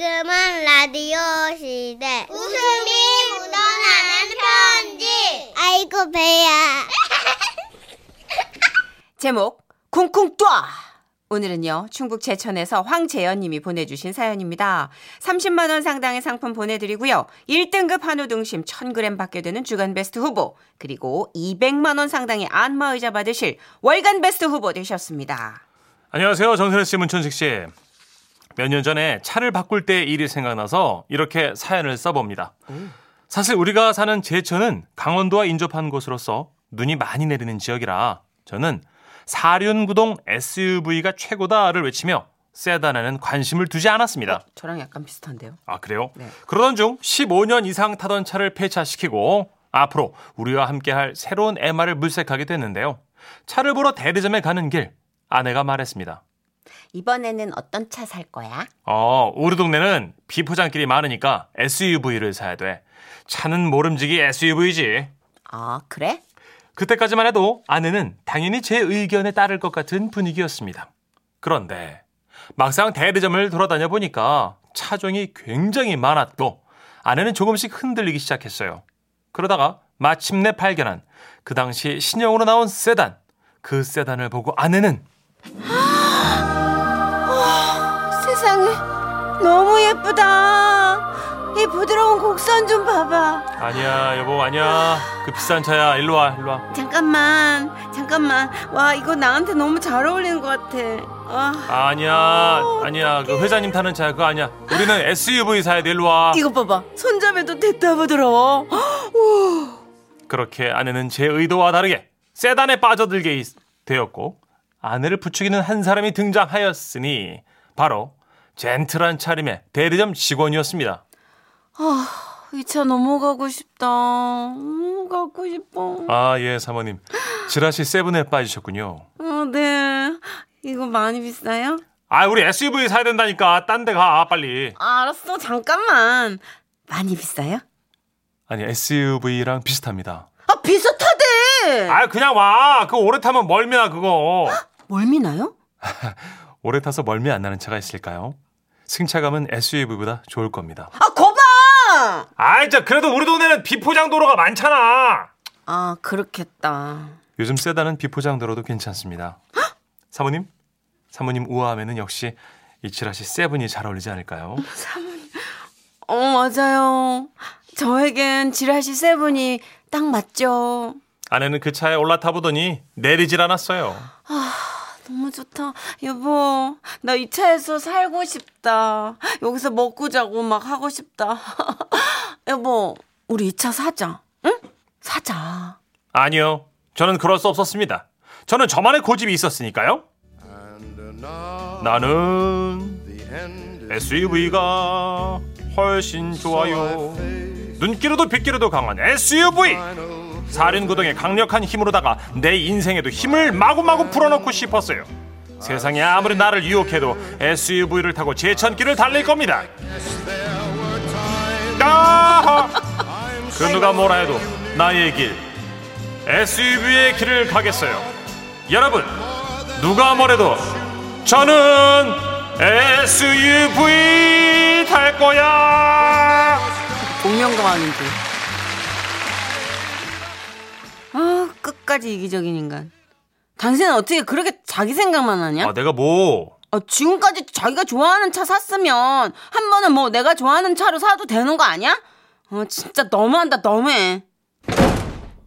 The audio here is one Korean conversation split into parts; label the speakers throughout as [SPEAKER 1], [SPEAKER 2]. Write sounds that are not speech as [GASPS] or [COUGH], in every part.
[SPEAKER 1] 지금은 라디오 시대.
[SPEAKER 2] 웃음이 묻어나는 편지.
[SPEAKER 1] 아이고, 배야.
[SPEAKER 3] 제목 쿵쿵 뚜아 오늘은요 충북 제천에서 황재현님이 보내주신 사연입니다. 30만 원 상당의 상품 보내드리고요. 1등급 한우 등심 1,000g 받게 되는 주간 베스트 후보 그리고 200만 원 상당의 안마의자 받으실 월간 베스트 후보 되셨습니다.
[SPEAKER 4] 안녕하세요. 정선혜 씨, 문천식 씨. 몇 년 전에 차를 바꿀 때 일이 생각나서 이렇게 사연을 써봅니다. 사실 우리가 사는 제천은 강원도와 인접한 곳으로서 눈이 많이 내리는 지역이라 저는 사륜구동 SUV가 최고다를 외치며 세단에는 관심을 두지 않았습니다.
[SPEAKER 3] 저랑 약간 비슷한데요.
[SPEAKER 4] 아 그래요?
[SPEAKER 3] 네.
[SPEAKER 4] 그러던 중 15년 이상 타던 차를 폐차시키고 앞으로 우리와 함께할 새로운 MR을 물색하게 됐는데요. 차를 보러 대리점에 가는 길 아내가 말했습니다.
[SPEAKER 3] 이번에는 어떤 차 살 거야?
[SPEAKER 4] 어, 우리 동네는 비포장길이 많으니까 SUV를 사야 돼. 차는 모름지기 SUV지.
[SPEAKER 3] 아 그래?
[SPEAKER 4] 그때까지만 해도 아내는 당연히 제 의견에 따를 것 같은 분위기였습니다. 그런데 막상 대리점을 돌아다녀 보니까 차종이 굉장히 많았고 아내는 조금씩 흔들리기 시작했어요. 그러다가 마침내 발견한 그 당시 신형으로 나온 세단. 그 세단을 보고 아내는
[SPEAKER 3] 세상에 너무 예쁘다. 이 부드러운 곡선 좀 봐봐.
[SPEAKER 4] 아니야 여보 아니야 그 비싼 차야 일로 와 일로 와
[SPEAKER 3] 잠깐만, 잠깐만. 와, 이거 나한테 너무 잘 어울리는 것 같아. 아,
[SPEAKER 4] 아니야, 아니야. 그 회장님 타는 차 그거 아니야. 우리는 SUV 사야 돼. 일로 와.
[SPEAKER 3] 이거 봐봐. 손잡이도 됐다 부드러워.
[SPEAKER 4] 그렇게 아내는 제 의도와 다르게 세단에 빠져들게 있- 되었고 아내를 부추기는 한 사람이 등장하였으니 바로 젠틀한 차림의 대리점 직원이었습니다.
[SPEAKER 3] 이 차 너무 가고 싶다. 너무 가고 싶어.
[SPEAKER 4] 아, 예, 사모님. 지라시 세븐에 빠지셨군요.
[SPEAKER 3] 어, 네. 이거 많이 비싸요?
[SPEAKER 4] 아, 우리 SUV 사야 된다니까. 딴 데 가, 빨리.
[SPEAKER 3] 아, 알았어, 잠깐만. 많이 비싸요?
[SPEAKER 4] 아니, SUV랑 비슷합니다.
[SPEAKER 3] 아, 비슷하대.
[SPEAKER 4] 아, 그냥 와. 그거 오래 타면 멀미나, 그거.
[SPEAKER 3] 뭘 미나요?
[SPEAKER 4] 오래 타서 멀미 안 나는 차가 있을까요? 승차감은 SUV보다 좋을 겁니다.
[SPEAKER 3] 아, 거봐.
[SPEAKER 4] 아, 진짜 그래도 우리 동네는 비포장 도로가 많잖아.
[SPEAKER 3] 아, 그렇겠다.
[SPEAKER 4] 요즘 세단은 비포장 도로도 괜찮습니다. [GASPS] 사모님, 사모님 우아함에는 역시 이 지라시 세븐이 잘 어울리지 않을까요?
[SPEAKER 3] 어, 맞아요. 저에겐 지라시 세븐이 딱 맞죠.
[SPEAKER 4] [GASPS] 아내는 그 차에 올라타 보더니 내리질 않았어요.
[SPEAKER 3] 너무 좋다. 여보, 나 이 차에서 살고 싶다. 여기서 먹고 자고 막 하고 싶다. [LAUGHS] 여보, 우리 이 차 사자. 응? 사자.
[SPEAKER 4] 아니요, 저는 그럴 수 없었습니다. 저는 저만의 고집이 있었으니까요.
[SPEAKER 5] And now
[SPEAKER 4] 나는
[SPEAKER 5] the end is
[SPEAKER 4] SUV가 훨씬 좋아요. 눈길에도 빗길에도 강한 SUV.
[SPEAKER 5] final.
[SPEAKER 4] 사륜구동의 강력한 힘으로다가 내 인생에도 힘을 마구마구 불어넣고 싶었어요. 세상에 아무리 나를 유혹해도 SUV를 타고 제천길을 달릴 겁니다.
[SPEAKER 5] There were times
[SPEAKER 4] 아!
[SPEAKER 5] I'm
[SPEAKER 4] 그 누가 뭐라 해도 나의 길 SUV의 길을 가겠어요. 여러분 누가 뭐래도 저는 SUV 탈 거야.
[SPEAKER 3] 공명감 하는 데 아, 끝까지 이기적인 인간. 당신은 어떻게 그렇게 자기 생각만 하냐?
[SPEAKER 4] 아 내가 뭐?
[SPEAKER 3] 어, 지금까지 자기가 좋아하는 차 샀으면 한 번은 뭐 내가 좋아하는 차로 사도 되는 거 아니야? 어, 진짜 너무한다, 너무해.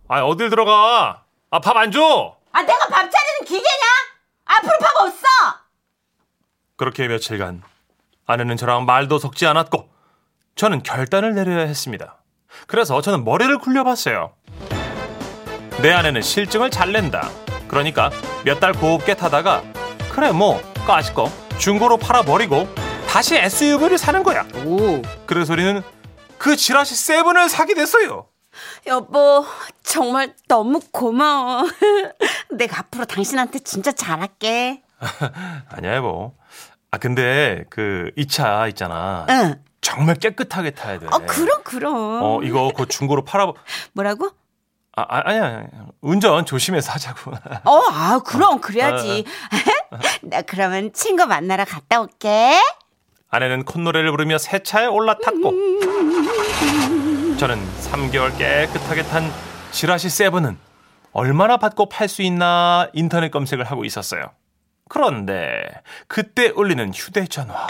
[SPEAKER 4] 아 어딜 들어가? 아 밥 안 줘?
[SPEAKER 3] 아 내가 밥 차리는 기계냐? 앞으로 밥 없어.
[SPEAKER 4] 그렇게 며칠간 아내는 저랑 말도 섞지 않았고 저는 결단을 내려야 했습니다. 그래서 저는 머리를 굴려봤어요. 내 아내는 실증을 잘 낸다. 그러니까 몇 달 곱게 타다가 그래 뭐 까짓 거 중고로 팔아버리고 다시 SUV를 사는 거야.
[SPEAKER 3] 오.
[SPEAKER 4] 그래서 우리는 그 지라시 세븐을 사게 됐어요.
[SPEAKER 3] 여보 정말 너무 고마워. [LAUGHS] 내가 앞으로 당신한테 진짜 잘할게.
[SPEAKER 4] 아니야 여보. 아 근데 그 이 차 있잖아.
[SPEAKER 3] 응.
[SPEAKER 4] 정말 깨끗하게 타야 돼.
[SPEAKER 3] 어 그럼 그럼.
[SPEAKER 4] 네. 어 이거 그 중고로 팔아
[SPEAKER 3] 뭐라고?
[SPEAKER 4] 아, 아, 아니야, 아니야. 운전 조심해서 하자고. [LAUGHS]
[SPEAKER 3] 어 [LAUGHS] 아 그럼 그래야지. 나 그러면 친구 만나러 갔다 올게.
[SPEAKER 4] 아내는 콧노래를 부르며 새 차에 올라탔고 저는 3개월 깨끗하게 탄 지라시 세븐은 얼마나 받고 팔 수 있나 인터넷 검색을 하고 있었어요. 그런데 그때 울리는 휴대전화.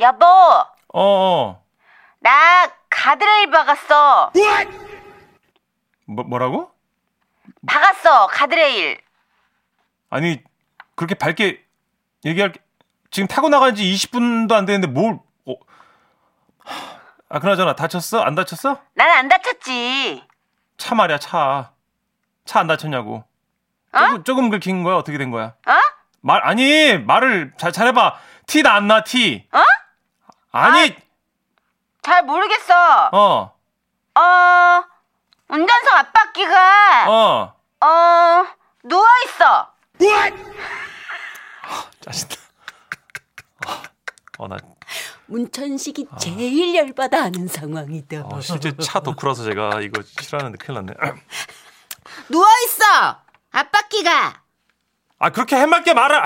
[SPEAKER 3] 여보,
[SPEAKER 4] 어, 어.
[SPEAKER 3] 나 가드레일 박았어.
[SPEAKER 4] 뭐, 뭐라고?
[SPEAKER 3] 박았어, 가드레일.
[SPEAKER 4] 아니 그렇게 밝게 얘기할 게- 지금 타고 나간 지 20분도 안 되는데 뭘? 어. 하, 아 그나저나 다쳤어? 안 다쳤어?
[SPEAKER 3] 난 안 다쳤지.
[SPEAKER 4] 차 말이야 차. 차 안 다쳤냐고. 조금, 조금 긁힌 거야? 어떻게 된 거야?
[SPEAKER 3] 어?
[SPEAKER 4] 말 아니 말을 잘 잘해봐. 티 나 안 나 티. 어? 아니
[SPEAKER 3] 잘 모르겠어.
[SPEAKER 4] 어
[SPEAKER 3] 어, 운전석 앞바퀴가,
[SPEAKER 4] 어.
[SPEAKER 3] 어, 누워있어.
[SPEAKER 4] 짜증나. 어나
[SPEAKER 6] 문천식이 제일 열받아 하는 상황이다.
[SPEAKER 4] 어, 실제 차 덕후라서 제가 이거 싫어하는데 큰일 났네.
[SPEAKER 6] 누워있어! 앞바퀴가!
[SPEAKER 4] 아 그렇게 해맑게 말아.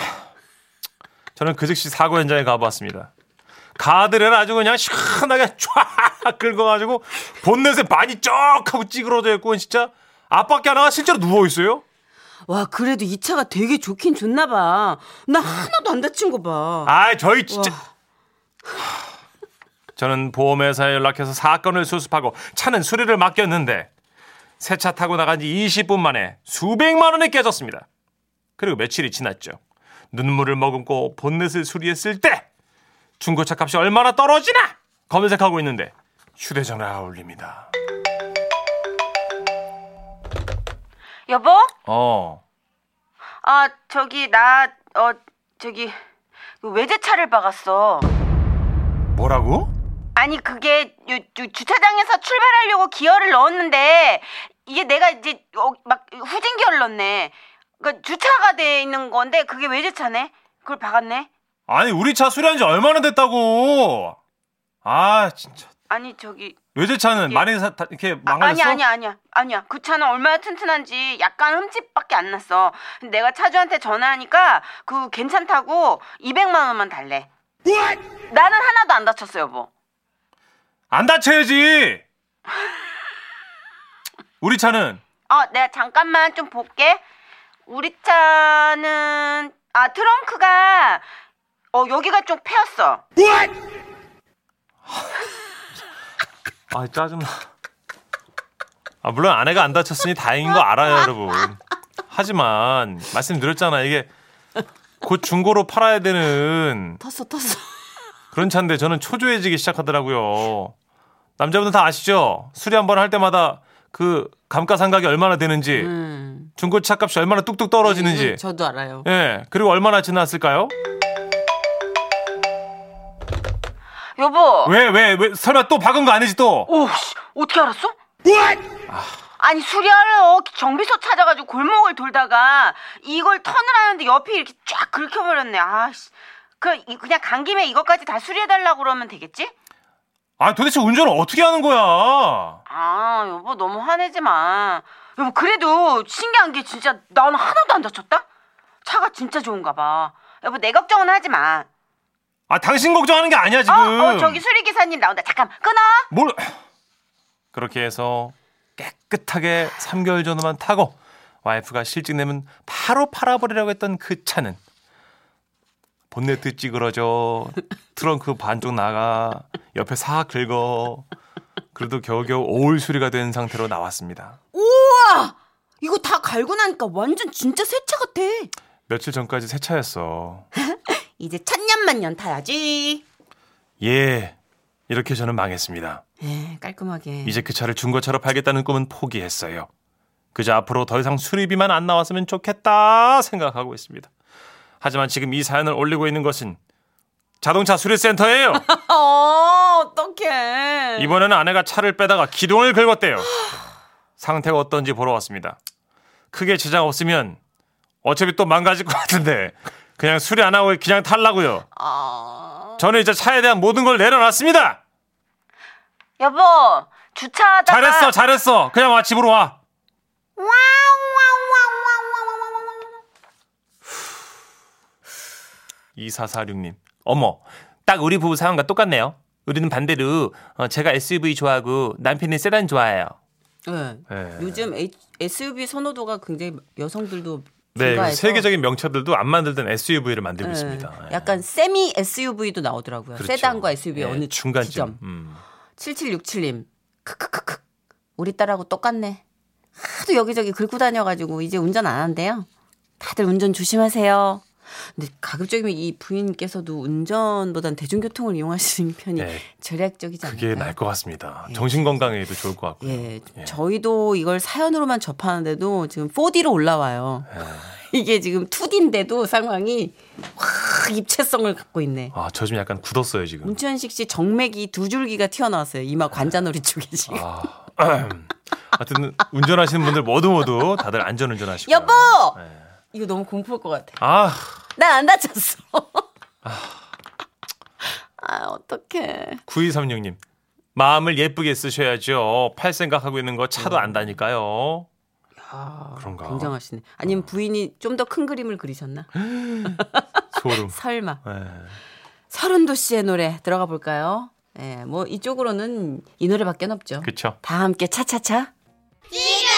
[SPEAKER 4] 저는 그 즉시 사고 현장에 가보았습니다. 가드레를 아주 그냥 시원하게 쫙 긁어가지고 본넷에 많이 쩍 하고 찌그러져 있고 진짜 앞밖에 하나가 실제로 누워 있어요.
[SPEAKER 6] 와, 그래도 이 차가 되게 좋긴 좋나봐. 나 하나도 안 다친 거 봐.
[SPEAKER 4] 아 저희 진짜. 저는 보험회사에 연락해서 사건을 수습하고 차는 수리를 맡겼는데 새 차 타고 나간 지 20분 만에 수백만 원이 깨졌습니다. 그리고 며칠이 지났죠. 눈물을 머금고 본넷을 수리했을 때 중고차 값이 얼마나 떨어지나 검색하고 있는데 휴대전화가 울립니다.
[SPEAKER 3] 여보?
[SPEAKER 4] 어,
[SPEAKER 3] 아, 저기, 나, 어, 저기, 그 외제차를 박았어.
[SPEAKER 4] 뭐라고?
[SPEAKER 3] 아니 그게 요- 요 주차장에서 출발하려고 기어를 넣었는데 이게 내가 이제 어, 막 후진 기어를 넣네. 그러니까 주차가 돼 있는 건데 그게 외제차네. 그걸 박았네.
[SPEAKER 4] 아니 우리 차 수리한 지 얼마나 됐다고? 아 진짜
[SPEAKER 3] 아니 저기
[SPEAKER 4] 외제차는
[SPEAKER 3] 예.
[SPEAKER 4] 많이 사- 다- 이렇게
[SPEAKER 3] 아,
[SPEAKER 4] 망가졌어?
[SPEAKER 3] 아니야 아니야 아니야 아니야 그 차는 얼마나 튼튼한지 약간 흠집밖에 안 났어. 근데 내가 차주한테 전화하니까 그 괜찮다고 200만 원만 달래. 나는 하나도 안 다쳤어 여보.
[SPEAKER 4] 안 다쳐야지. 우리 차는
[SPEAKER 3] 어, 내가 잠깐만 좀 볼게. 우리 차는 아 트렁크가 어 여기가 좀 패였어.
[SPEAKER 4] 아 짜증나. 아 물론 아내가 안 다쳤으니 다행인 거 알아요, 여러분. 하지만 말씀드렸잖아 이게 곧 중고로 팔아야 되는
[SPEAKER 6] 텄어, 텄어.
[SPEAKER 4] 그런 차인데 저는 초조해지기 시작하더라고요. 남자분들 다 아시죠? 수리 한 번 할 때마다 그 감가상각이 얼마나 되는지
[SPEAKER 6] 음.
[SPEAKER 4] 중고차 값이 얼마나 뚝뚝
[SPEAKER 3] 음,
[SPEAKER 4] 떨어지는지
[SPEAKER 3] 그렇죠.
[SPEAKER 6] 저도 알아요.
[SPEAKER 4] 예 그리고 얼마나 지났을까요?
[SPEAKER 3] 여보.
[SPEAKER 4] 왜 왜 왜 설마 또 박은 거 아니지 또?
[SPEAKER 3] 오, 씨, 어떻게 알았어? 아니 수리하러 정비소 찾아가지고 골목을 돌다가 이걸 턴을 하는데 옆에 이렇게 쫙 긁혀버렸네. 아, 씨. 그 이- 그냥 간 김에 이것까지 다 수리해달라고 그러면 되겠지?
[SPEAKER 4] 아 도대체 운전을 어떻게 하는 거야?
[SPEAKER 3] 아, 여보 너무 화내지 마. 여보 그래도 신기한 게 진짜 나는 하나도 안 다쳤다. 차가 진짜 좋은가 봐. 여보 내 걱정은 하지 마.
[SPEAKER 4] 아 당신 걱정하는 게 아니야
[SPEAKER 3] 어,
[SPEAKER 4] 지금.
[SPEAKER 3] 어 저기 수리 기사님 나온다. 잠깐 끊어.
[SPEAKER 4] 뭘 그렇게 해서 깨끗하게 3개월 전후만 타고 와이프가 실직 내면 바로 팔아버리려고 했던 그 차는 본네트 찌그러져 트렁크 반쪽 나가 옆에 사 긁어 그래도 겨우겨우 오일 수리가 된 상태로 나왔습니다.
[SPEAKER 6] 우와! 이거 다 갈고 나니까 완전 진짜 새 차 같아.
[SPEAKER 4] 며칠 전까지 새 차였어.
[SPEAKER 6] 이제 천년만년 타야지.
[SPEAKER 4] 예 이렇게 저는 망했습니다.
[SPEAKER 6] 예, 깔끔하게.
[SPEAKER 4] 이제 그 차를 중고차로 팔겠다는 꿈은 포기했어요. 그저 앞으로 더 이상 수리비만 안 나왔으면 좋겠다 생각하고 있습니다. 하지만 지금 이 사연을 올리고 있는 것은 자동차 수리센터예요.
[SPEAKER 3] 네.
[SPEAKER 6] 어, 어떡해.
[SPEAKER 4] 이번에는 아내가 차를 빼다가 기둥을 긁었대요. 상태가 어떤지 보러 왔습니다. 크게 지장 없으면 어차피 또 망가질 것 같은데 그냥 수리 안 하고 그냥 탈라고요.
[SPEAKER 3] 아.
[SPEAKER 4] 저는 이제 차에 대한 모든 걸 내려놨습니다.
[SPEAKER 3] 여보 주차하다가
[SPEAKER 4] 잘했어, 잘했어. 그냥 와 집으로 와. 2446님. 어머, 딱 우리 부부 상황과 똑같네요. 우리는 반대로 어, 제가 SUV 좋아하고 남편이 세단 좋아해요.
[SPEAKER 3] 예.
[SPEAKER 4] 예.
[SPEAKER 3] 요즘 H- SUV 선호도가 굉장히 여성들도
[SPEAKER 4] 네,
[SPEAKER 3] 증가해서
[SPEAKER 4] 세계적인 명차들도 안 만들던 SUV를 만들고
[SPEAKER 3] 예.
[SPEAKER 4] 있습니다. 예.
[SPEAKER 3] 약간 세미 SUV도 나오더라고요.
[SPEAKER 4] 그렇죠.
[SPEAKER 3] 세단과 SUV
[SPEAKER 4] 예,
[SPEAKER 3] 어느
[SPEAKER 4] 중간쯤.
[SPEAKER 3] 지점.
[SPEAKER 4] 음.
[SPEAKER 3] 7767님. 크크크크. 우리 딸하고 똑같네. 하도 여기저기 긁고 다녀가지고 이제 운전 안 한대요. 다들 운전 조심하세요. 근데 가급적이면 이 부인께서도 운전보단 대중교통을 이용하시는 편이
[SPEAKER 4] 네.
[SPEAKER 3] 절약적이지 않을까요?
[SPEAKER 4] 그게 나을 것 같습니다. 정신 건강에도 좋을 것 같고요.
[SPEAKER 3] 예,
[SPEAKER 4] 예.
[SPEAKER 3] 저희도 이걸 사연으로만 접하는데도 지금 4D로 올라와요.
[SPEAKER 4] 예.
[SPEAKER 3] 이게 지금 2D인데도 상황이 확 입체성을 갖고 있네.
[SPEAKER 4] 아, 저 지금 약간 굳었어요, 지금.
[SPEAKER 3] 문천식 씨 정맥이 두 줄기가 튀어나왔어요. 이마 관자놀이 쪽에 지금.
[SPEAKER 4] 아. [CLEARS THROAT] 하여튼 운전하시는 분들 모두 모두 다들 안전 운전하시고.
[SPEAKER 3] 여보!
[SPEAKER 4] 예.
[SPEAKER 3] 이거 너무 공포일 것 같아.
[SPEAKER 4] 아,
[SPEAKER 3] 난 안 다쳤어. [LAUGHS] 아, 어떡해.
[SPEAKER 4] 9236님. 마음을 예쁘게 쓰셔야죠. 팔 생각하고 있는 거 차도 안다니까요. 아, 그런가? 어.
[SPEAKER 3] 굉장하시네. 아니면 부인이 좀 더 큰 그림을 그리셨나?
[SPEAKER 4] 소름.
[SPEAKER 3] 설마.
[SPEAKER 4] 예.
[SPEAKER 3] 서른도 씨의 노래 들어가 볼까요? 예, 뭐 이쪽으로는 이 노래밖에 없죠.
[SPEAKER 4] 그쵸.
[SPEAKER 3] 다 함께 차차차.
[SPEAKER 1] 라디오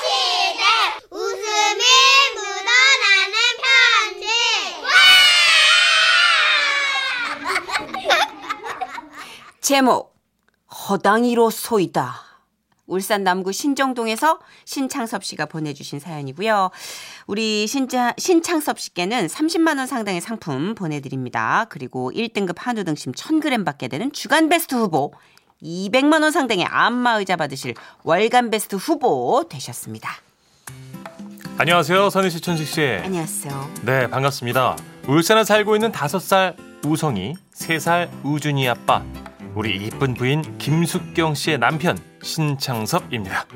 [SPEAKER 1] 시대 웃음이 묻어나는 편지
[SPEAKER 3] 제목 허당이로 소이다. 울산 남구 신정동에서 신창섭 씨가 보내주신 사연이고요. 우리 신자, 신창섭 씨께는 30만 원 상당의 상품 보내드립니다. 그리고 1등급 한우 등심 1000g 받게 되는 주간 베스트 후보 200만 원 상당의 안마의자 받으실 월간 베스트 후보 되셨습니다.
[SPEAKER 4] 안녕하세요, 선희 씨, 천식 씨.
[SPEAKER 3] 안녕하세요.
[SPEAKER 4] 네, 반갑습니다. 울산에 살고 있는 5살 우성이, 3살 우준이 아빠, 우리 이쁜 부인 김숙경 씨의 남편 신창섭입니다.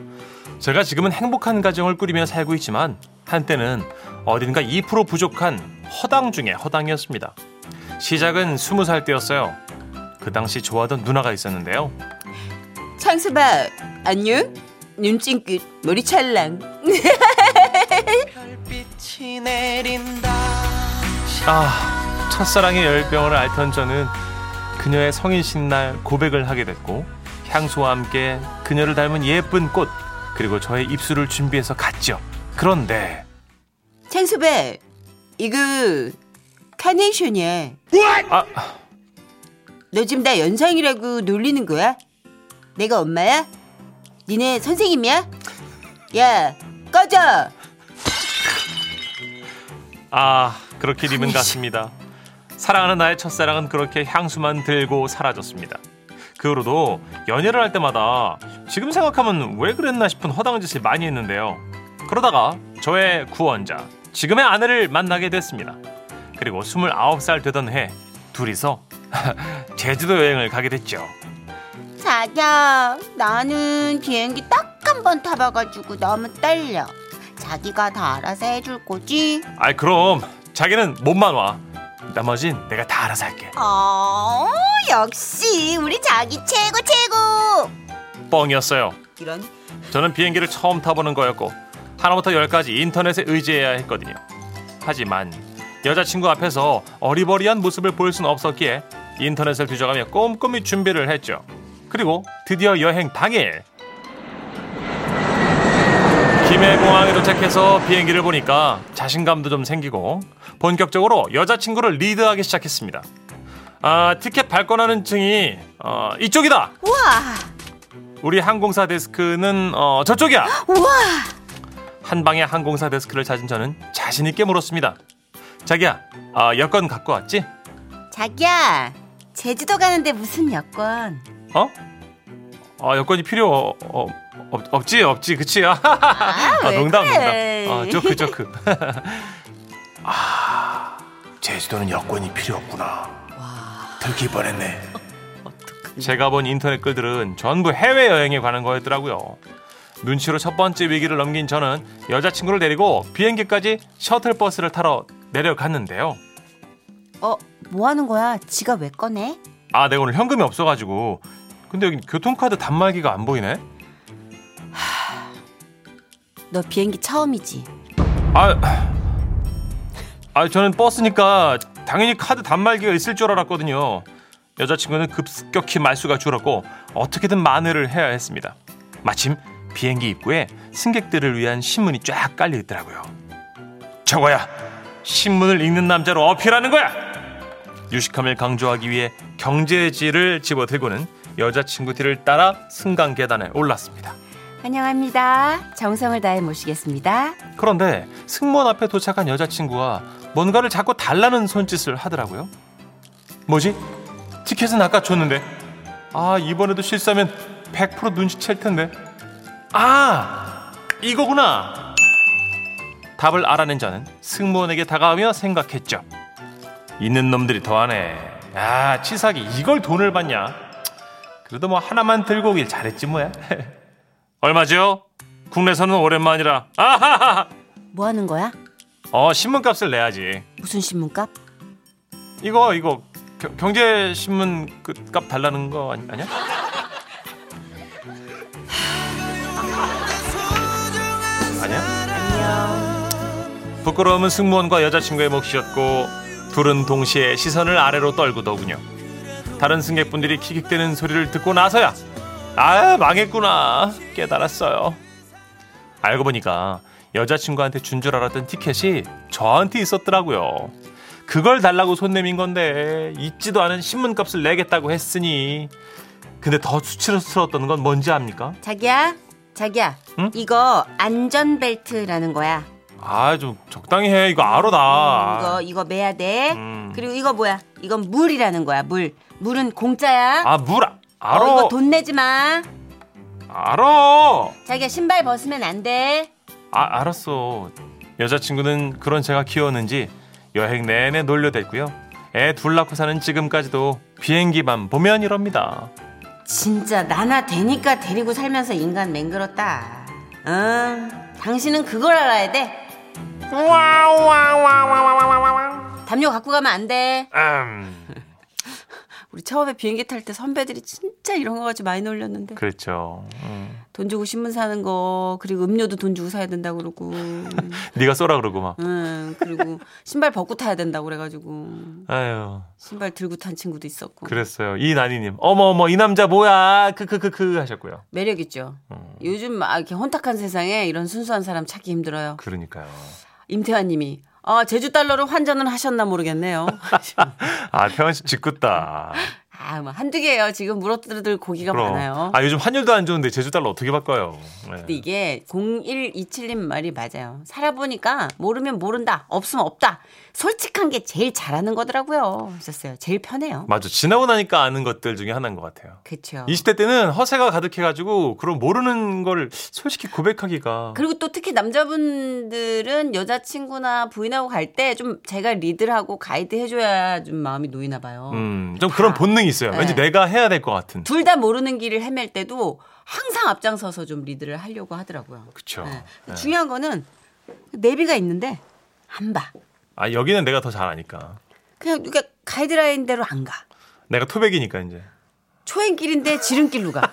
[SPEAKER 4] 제가 지금은 행복한 가정을 꾸리며 살고 있지만 한때는 어딘가 2% 부족한 허당 중에 허당이었습니다. 시작은 20살 때였어요. 그 당시 좋아하던 누나가 있었는데요.
[SPEAKER 3] 창섭아 안녕. 눈찡긋 머리 찰랑.
[SPEAKER 4] 아, 첫사랑의 열병을 앓던 저는 그녀의 성인식 날 고백을 하게 됐고 향수와 함께 그녀를 닮은 예쁜 꽃 그리고 저의 입술을 준비해서 갔죠. 그런데
[SPEAKER 3] 창섭아 이거 카네이션이야.
[SPEAKER 4] 아,
[SPEAKER 3] 너 지금 나 연상이라고 놀리는 거야? 내가 엄마야? 니네 선생님이야? 야 꺼져!
[SPEAKER 4] 아 그렇게 님은 갔습니다. 사랑하는 나의 첫사랑은 그렇게 향수만 들고 사라졌습니다. 그 후로도 연애를 할 때마다 지금 생각하면 왜 그랬나 싶은 허당한 짓을 많이 했는데요. 그러다가 저의 구원자, 지금의 아내를 만나게 됐습니다. 그리고 29살 되던 해 둘이서 [LAUGHS] 제주도 여행을 가게 됐죠.
[SPEAKER 3] 자기야 나는 비행기 딱 한 번 타봐가지고 너무 떨려 자기가 다 알아서 해줄 거지?
[SPEAKER 4] 아이 그럼 자기는 몸만 와. 나머진 내가 다 알아서 할게.
[SPEAKER 3] 어 역시 우리 자기 최고 최고
[SPEAKER 4] 뻥이었어요.
[SPEAKER 3] 이런
[SPEAKER 4] 저는 비행기를 처음 타보는 거였고 하나부터 열까지 인터넷에 의지해야 했거든요. 하지만 여자친구 앞에서 어리버리한 모습을 볼 순 없었기에 인터넷을 뒤져가며 꼼꼼히 준비를 했죠. 그리고 드디어 여행 당일 김해공항에 도착해서 비행기를 보니까 자신감도 좀 생기고 본격적으로 여자친구를 리드하기 시작했습니다. 아 티켓 발권하는 층이 어, 이쪽이다.
[SPEAKER 3] 우와
[SPEAKER 4] 우리 항공사 데스크는 어, 저쪽이야.
[SPEAKER 3] 우와
[SPEAKER 4] 한 방에 항공사 데스크를 찾은 저는 자신 있게 물었습니다. 자기야, 아, 여권 갖고 왔지?
[SPEAKER 3] 자기야 제주도 가는데 무슨 여권
[SPEAKER 4] 어? 아, 여권이 필요 어, 어, 없, 없지, 없지, 그치? [LAUGHS] 아,
[SPEAKER 3] 왜
[SPEAKER 4] 농담,
[SPEAKER 3] 그래?
[SPEAKER 4] 농담. 아,
[SPEAKER 3] [LAUGHS]
[SPEAKER 4] 조크, 조크. 아, 제주도는 여권이 필요 없구나.
[SPEAKER 3] [LAUGHS]
[SPEAKER 4] 들킬 뻔했네. 제가 본 인터넷 글들은 전부 해외여행에 관한 거였더라고요. 눈치로 첫 번째 위기를 넘긴 저는 여자친구를 데리고 비행기까지 셔틀버스를 타러 내려갔는데요.
[SPEAKER 3] 어 뭐 하는 거야 지가 왜 꺼내?
[SPEAKER 4] 아, 내가 오늘 현금이 없어가지고. 근데 여기 교통카드 단말기가 안 보이네?
[SPEAKER 3] 너 비행기 처음이지?
[SPEAKER 4] 아, 아, 저는 버스니까 당연히 카드 단말기가 있을 줄 알았거든요. 여자친구는 급격히 말수가 줄었고 어떻게든 만회를 해야 했습니다. 마침 비행기 입구에 승객들을 위한 신문이 쫙 깔려 있더라고요. 저거야 신문을 읽는 남자로 어필하는 거야. 유식함을 강조하기 위해 경제지를 집어들고는 여자친구 뒤를 따라 승강 계단에 올랐습니다.
[SPEAKER 3] 환영합니다. 정성을 다해 모시겠습니다.
[SPEAKER 4] 그런데 승무원 앞에 도착한 여자친구가 뭔가를 자꾸 달라는 손짓을 하더라고요. 뭐지? 티켓은 아까 줬는데. 아, 이번에도 실수하면 100% 눈치챌 텐데. 아! 이거구나! 답을 알아낸 자는 승무원에게 다가가며 생각했죠. 있는 놈들이 더하네. 아, 치사하게 이걸 돈을 받냐? 그래도 뭐 하나만 들고 오길 잘했지 뭐야. [LAUGHS] 얼마죠? 국내선은 오랜만이라. 아하하!
[SPEAKER 3] 뭐 하는 거야?
[SPEAKER 4] 어 신문값을 내야지.
[SPEAKER 3] 무슨 신문값?
[SPEAKER 4] 이거 이거 겨- 경제 신문 그값 달라는 거 아니, 아니야? 아니야? 부끄러움은 승무원과 여자친구의 몫이었고 둘은 동시에 시선을 아래로 떨구더군요. 다른 승객분들이 킥킥대는 소리를 듣고 나서야 아 망했구나 깨달았어요. 알고 보니까 여자친구한테 준 줄 알았던 티켓이 저한테 있었더라고요. 그걸 달라고 손 내민 건데 잊지도 않은 신문값을 내겠다고 했으니 근데 더 수치스러웠던 건 뭔지 압니까?
[SPEAKER 3] 자기야, 자기야.
[SPEAKER 4] 응?
[SPEAKER 3] 이거 안전벨트라는 거야.
[SPEAKER 4] 아 좀 적당히 해 이거 아로다
[SPEAKER 3] 이거 이거 매야 돼.
[SPEAKER 4] 음.
[SPEAKER 3] 그리고 이거 뭐야? 이건 물이라는 거야. 물. 물은 공짜야.
[SPEAKER 4] 아물
[SPEAKER 3] 어,
[SPEAKER 4] 아로
[SPEAKER 3] 이거 돈 내지 마.
[SPEAKER 4] 알아
[SPEAKER 3] 자기야 신발 벗으면 안 돼.
[SPEAKER 4] 아 알았어 여자친구는 그런 제가 키웠는지 여행 내내 놀려댔고요 애 둘 낳고 사는 지금까지도 비행기만 보면 이럽니다
[SPEAKER 3] 진짜 나나 되니까 데리고 살면서 인간 맹그렀다. 응. 당신은 그걸 알아야 돼. 담요 갖고 가면 안 돼.
[SPEAKER 4] 음
[SPEAKER 3] 우리 처음에 비행기 탈 때 선배들이 진짜 이런 거 가지고 많이 놀렸는데
[SPEAKER 4] 그렇죠 음.
[SPEAKER 3] 돈 주고 신문 사는 거 그리고 음료도 돈 주고 사야 된다 고
[SPEAKER 4] [LAUGHS]
[SPEAKER 3] 그러고
[SPEAKER 4] 네가 쏘라 그러고 막
[SPEAKER 3] 음 그리고 신발 벗고 타야 된다 고 그래가지고
[SPEAKER 4] 아유
[SPEAKER 3] 신발 들고 탄 친구도 있었고
[SPEAKER 4] 그랬어요. 이난이님. 어머어머, 이 남자 뭐야. 그, 크크크크 하셨고요.
[SPEAKER 3] 매력 있죠.
[SPEAKER 4] 어.
[SPEAKER 3] 요즘 막 이렇게 혼탁한 세상에 이런 순수한 사람 찾기 힘들어요.
[SPEAKER 4] 그러니까요.
[SPEAKER 3] 임태환님이 아 제주 달러로 환전을 하셨나 모르겠네요.
[SPEAKER 4] [LAUGHS] 아, 태원 씨 짓궂다.
[SPEAKER 3] 아뭐 한두 개예요. 지금 물어뜯을 고기가 많아요.
[SPEAKER 4] 그럼. 아, 요즘 환율도 안 좋은데 제주 달러 어떻게 바꿔요? 네.
[SPEAKER 3] 근데 이게 0127님 말이 맞아요. 살아보니까 모르면 모른다, 없으면 없다. 솔직한 게 제일 잘하는 거더라고요. 하셨어요. 제일 편해요.
[SPEAKER 4] 맞아. 지나고 나니까 아는 것들 중에 하나인 것 같아요.
[SPEAKER 3] 그렇죠.
[SPEAKER 4] 20대 때는 허세가 가득해가지고 그런 모르는 걸 솔직히 고백하기가
[SPEAKER 3] 그리고 또 특히 남자분들은 여자친구나 부인하고 갈 때 좀 제가 리드를 하고 가이드 해줘야 좀 마음이 놓이나 봐요.
[SPEAKER 4] 음, 좀 그런 본능이 있어요. 왠지
[SPEAKER 3] 네.
[SPEAKER 4] 내가 해야 될 것 같은.
[SPEAKER 3] 둘 다 모르는 길을 헤맬 때도 항상 앞장서서 좀 리드를 하려고 하더라고요.
[SPEAKER 4] 그쵸.
[SPEAKER 3] 네.
[SPEAKER 4] 네.
[SPEAKER 3] 중요한 거는 내비가 있는데 안 봐.
[SPEAKER 4] 아, 여기는 내가 더 잘 아니까.
[SPEAKER 3] 그냥 그러니까 가이드라인대로 안 가.
[SPEAKER 4] 내가 토백이니까 이제.
[SPEAKER 3] 초행길인데 지름길로 가.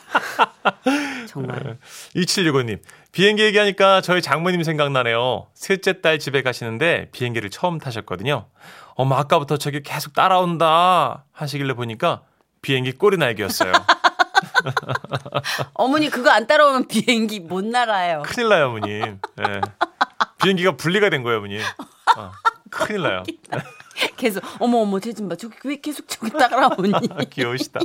[SPEAKER 3] 정말.
[SPEAKER 4] 2765님, 예. 비행기 얘기하니까 저희 장모님 생각나네요. 셋째 딸 집에 가시는데 비행기를 처음 타셨거든요. 엄마, 아까부터 저기 계속 따라온다 하시길래 보니까 비행기 꼬리 날개였어요.
[SPEAKER 3] 어머니 그거 안 따라오면 비행기 못 날아요.
[SPEAKER 4] 큰일 나요, 어머님. 예. 비행기가 분리가 된 거예요, 어머님. 어, 큰일 나요.
[SPEAKER 3] 계속 어머 어머 쟤좀 봐. 저기 왜 계속 저기
[SPEAKER 4] 아,
[SPEAKER 3] 따라오니?
[SPEAKER 4] 귀여우시다.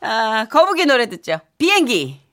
[SPEAKER 3] 아, 거북이 노래 듣죠. 비행기.